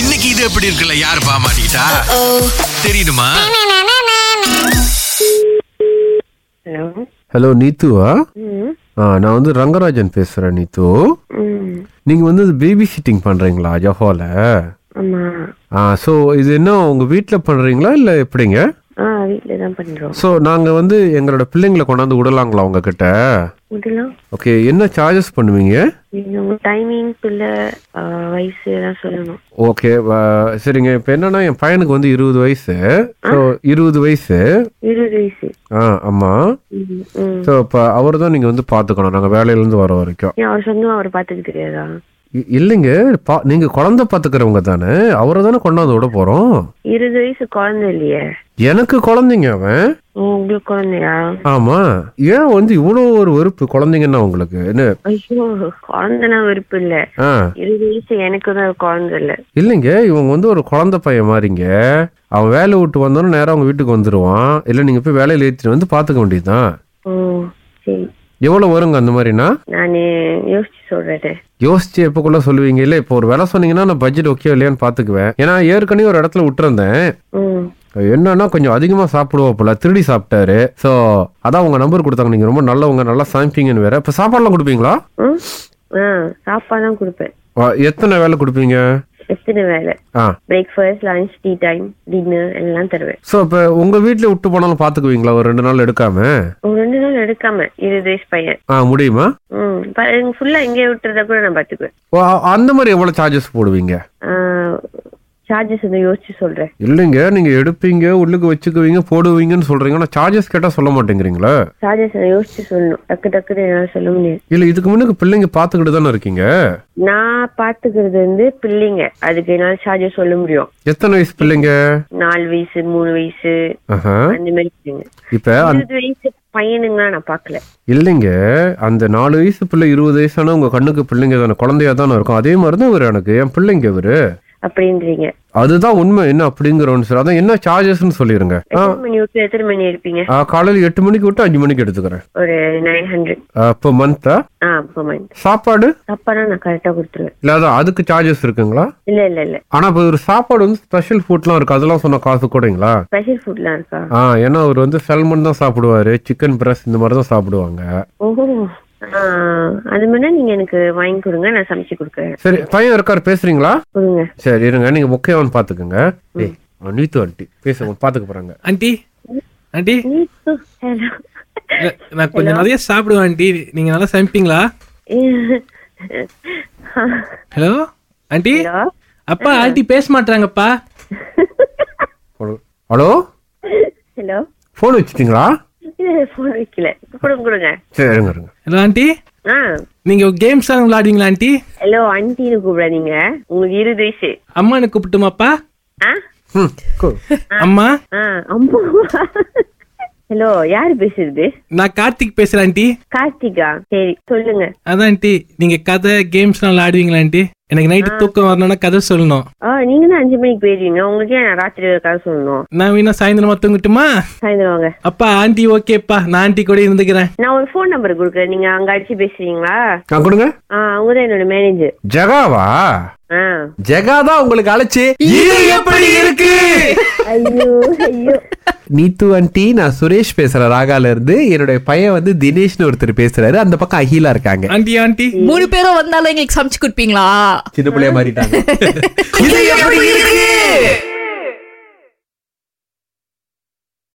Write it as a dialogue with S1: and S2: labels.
S1: இன்னைக்கு இது எப்படி இருக்குல்ல யாரு பாமாட்டா தெரியுமா
S2: ஹலோ
S3: ஹலோ நீத்துவா
S2: ம்
S3: ah? ஆ நான் வந்து ரங்கராஜன் பேசுகிறேன் நீத்து
S2: ம்
S3: நீங்கள் வந்து பேபி சிட்டிங் பண்ணுறீங்களா ஜஹோவில்
S2: ஆமாம்
S3: ஆ ஸோ இது என்ன உங்கள் வீட்டில் பண்ணுறீங்களா இல்லை எப்படிங்க
S2: ஆ வீட்டில் தான் பண்ணுறோம்
S3: ஸோ நாங்கள் வந்து எங்களோட பிள்ளைங்களை கொண்டாந்து விடலாங்களா உங்ககிட்ட
S2: இதெல்லாம்
S3: ஓகே என்ன சார்ஜஸ் பண்ணுவீங்க
S2: நீங்கள் உங்கள் டைமிங் பிள்ளை ஆ, வயசு எல்லாம் சொல்லணும்
S3: ஓகே வ- சரிங்க இப்போ என்னன்னா என் பையனுக்கு வந்து இருபது வயசு ஸோ இருபது வயசு
S2: இருபது வயசு
S3: ஆ ஆமாம்
S2: ம் ம்
S3: ஸோ இப்போ அவர் தான் நீங்கள் வந்து பார்த்துக்கணும் நாங்கள் வேலையிலேருந்து வர வரைக்கும்
S2: ஏன் அவர் சொந்தமாக அவர் பார்த்துக்க தெரியாதா
S3: இ- இல்லைங்க பா நீங்கள் குழந்தை பார்த்துக்கிறவங்க தானே அவரை தானே கொண்டாந்து விட போகிறோம்
S2: இருபது வயசு குழந்தை இல்லையே
S3: எனக்கு குழந்தைங்க அவன்
S2: ஓ உங்களுக்கு குழந்தையா
S3: ஆமா ஏன் வந்து இவ்வளோ ஒரு வெறுப்பு குழந்தைங்கன்னா உங்களுக்கு என்ன
S2: ஐயோ குழந்தைனா விருப்பம் இல்லை
S3: ஆ
S2: இருபது வயசு எனக்கு தான் ஒரு குழந்தை இல்லை
S3: இல்லைங்க இவங்க வந்து ஒரு குழந்தை பையன் மாதிரிங்க அவன் வேலை விட்டு வந்தோன்னு நேரம் அவங்க வீட்டுக்கு வந்துடுவான் இல்லை நீங்கள் போய் வேலையில் ஏற்றிட்டு வந்து பார்த்துக்க வேண்டியதுதான்
S2: ஓ சரி
S3: எவ்வளோ வருங்க அந்த மாதிரினா
S2: நான் யோசிச்சு சொல்கிறேன்
S3: யோசிச்சு எப்போக்குள்ள சொல்லுவீங்க இல்லை இப்போ ஒரு விலை சொன்னீங்கன்னா நான் பட்ஜெட் ஓகே இல்லையான்னு பார்த்துக்குவேன் ஏன்னா ஏற்கனவே ஒரு இடத்துல விட்டுருந்தேன்
S2: ம்
S3: என்னன்னா கொஞ்சம் அதிகமாக சாப்பிடுவோம் போல திருடி சாப்பிட்டாரு ஸோ அதான் உங்கள் நம்பர் கொடுத்தாங்க நீங்கள் ரொம்ப நல்லவங்க நல்லா சமைப்பீங்கன்னு வேற இப்போ சாப்பாடுலாம் கொடுப்பீங்களா
S2: ம் ஆ சாப்பாடுலாம் கொடுப்பேன்
S3: ஆ, எத்தனை வேலை கொடுப்பீங்க
S2: எத்தனை வேலை
S3: ஆ
S2: breakfast lunch tea time dinner எல்லாம் தருவேன்
S3: ஸோ இப்போ உங்கள் வீட்டில் விட்டு போனாலும் பார்த்துக்குவீங்களா ஒரு ரெண்டு நாள் எடுக்காம
S2: ஒரு ரெண்டு நாள் எடுக்காம இருபது வயசு பையன்
S3: ஆ முடியுமா
S2: ம் ஃபுல்லா எங்கேயே விட்டுறத கூட நான் பாத்துக்குவேன்
S3: ஓ, அ- அந்த மாதிரி எவ்வளோ சார்ஜஸ் போடுவீங்க
S2: சார்ஜஸ் வந்து யோசிச்சு சொல்றேன்
S3: இல்லைங்க நீங்கள் எடுப்பீங்க உள்ளுக்கு வச்சுக்குவீங்க போடுவீங்கன்னு சொல்கிறீங்க ஆனால் சார்ஜஸ் கேட்டால் சொல்ல மாட்டேங்கிறீங்களா
S2: சார்ஜஸ் நான் யோசிச்சு சொல்லணும் டக்கு டக்குன்னு என்னால சொல்ல முடியாது
S3: இல்லை இதுக்கு முன்னுக்கு பிள்ளைங்க பார்த்துக்கிட்டு தானே இருக்கீங்க
S2: நான் பாத்துக்கிறது வந்து பிள்ளைங்க அதுக்கு என்னால சார்ஜஸ் சொல்ல முடியும்
S3: எத்தனை வயசு பிள்ளைங்க
S2: நாலு வயசு மூணு வயசு
S3: ஆஹா
S2: அந்த மாதிரி பிள்ளைங்க
S3: இப்போ
S2: இருபது வயசு பையனுங்களாம் நான் பாக்கல
S3: இல்லைங்க அந்த நாலு வயசு பிள்ளை இருபது வயசான உங்கள் கண்ணுக்கு பிள்ளைங்க தானே குழந்தையா தானே இருக்கும் அதே மாதிரி தான் இவர் எனக்கு என் பிள்ளைங்க இவர்
S2: அப்படின்றீங்க
S3: அதுதான் உண்மை என்ன அப்படிங்கிறோன்னு சொல்லி அதான் என்ன சார்ஜஸ்ன்னு சொல்லிடுங்க ஆ
S2: எத்தனை மணி விட்டு எத்தனை மணி இருப்பீங்க
S3: ஆ, காலையில எட்டு மணிக்கு விட்டு அஞ்சு மணிக்கு எடுத்துக்கிறேன்
S2: ஒரு நைன் ஹண்ட்ரட்
S3: அப்போ மந்த்தா
S2: ஆ அப்போ மந்த்
S3: சாப்பாடு
S2: அப்பனா நான் கரெக்டா கொடுத்துருவேன்
S3: இல்ல அதான் அதுக்கு சார்ஜஸ் இருக்குங்களா
S2: இல்ல இல்ல இல்ல
S3: ஆனா இப்போ ஒரு சாப்பாடு வந்து ஸ்பெஷல் ஃபுட்லாம் இருக்கு அதெல்லாம் சொன்ன காசு கூடங்களா
S2: ஸ்பெஷல் ஃபுட்லாம் இருக்கா
S3: ஆ ஏன்னா அவர் வந்து செல்மன் தான் சாப்பிடுவாரு சிக்கன் பிரஸ் இந்த மாதிரி தான் சாப்பிடுவாங்க
S2: ஓஹோ ஆ, அது மாதிரி நீங்க எனக்கு வாங்கி கொடுங்க நான் சமைச்சு கொடுக்குறேன்
S3: சரி பையன் இருக்காரு பேசுறீங்களா
S2: கொடுங்க
S3: சரி இருங்க நீங்க முக்கியவன் பாத்துக்கோங்க ஏய் அவன் நீத்து ஆண்டி பேசுங்க பாத்துக்க போறாங்க
S4: ஆண்டி ஆண்டி
S2: நீத்து, hello.
S4: ந- நான் கொஞ்சம் நிறைய சாப்பிடுவேன் ஆண்டி நீங்க நல்லா சமைப்பீங்களா ஹலோ ஆண்டி
S2: Hello?
S4: அப்பா ஆண்டி பேச மாட்டாங்கப்பா
S3: ஹலோ
S2: Hello?
S3: ஃபோன் வச்சிட்டீங்களா
S2: இல்ல, இல்ல, phone வைக்கல. கொடுங்க, கொடுங்க.
S3: சரி இருங்க இருங்க
S4: ஹலோ ஆண்டி
S2: ஆ,
S4: நீங்க கேம்ஸ் எல்லாம் விளையாடுவீங்களா ஆண்டி
S2: hello, aunty ன்னு கூப்பிடாதீங்க. உங்களுக்கு இருபது வயசு.
S4: அம்மா எனக்கு கூப்பிட்டுமாப்பா
S2: ஆ?
S3: ம், cool.
S4: அம்மா
S2: ஆ, அம்மா. Hello, யாரு பேசுறது
S4: நான் கார்த்திக் பேசுறேன் ஆண்டி
S2: கார்த்திகா சரி சொல்லுங்க
S4: அதான் ஆண்டி நீங்க கதை கேம்ஸ் எல்லாம் விளையாடுவீங்களா ஆண்டி எனக்கு நைட்டு தூக்கம் வரணும்னா கதை சொல்லணும்
S2: ஆ நீங்க தான் அஞ்சு மணிக்கு போயிருவீங்க உங்களுக்கு ஏன் ராத்திரி இருக்காது சொல்லணும்
S4: நான் வேணா சாயந்தரமா தூங்கட்டுமா
S2: சாயந்தரம் வாங்க
S4: அப்பா ஆண்டி ஓகேப்பா நான் ஆண்டி கூட இருந்துக்கிறேன்
S2: நான் ஒரு ஃபோன் நம்பர் கொடுக்குறேன் நீங்க அங்க அடிச்சு பேசுறீங்களா
S3: ஆ, கொடுங்க
S2: ஆ அவங்க தான் என்னோட மேனேஜர்
S3: ஜெகாவா
S2: ஆ
S3: ஜெகா தான் உங்களுக்கு அழைச்சு இது எப்படி இருக்கு
S2: ஐயோ ஐயோ
S5: நீத்து ஆண்டி நான் சுரேஷ் பேசுறேன் ராகால இருந்து என்னுடைய பையன் வந்து தினேஷ்னு ஒருத்தர் பேசுறாரு அந்த பக்கம் அகிலா இருக்காங்க
S4: ஆண்டி ஆண்டி
S6: மூணு பேரும் வந்தாலும் எங்களுக்கு சமைச்சு கொடுப்பீங்களா
S5: சின்ன பிள்ளைய மாறிட்டாங்க இது எப்படி இருக்கு?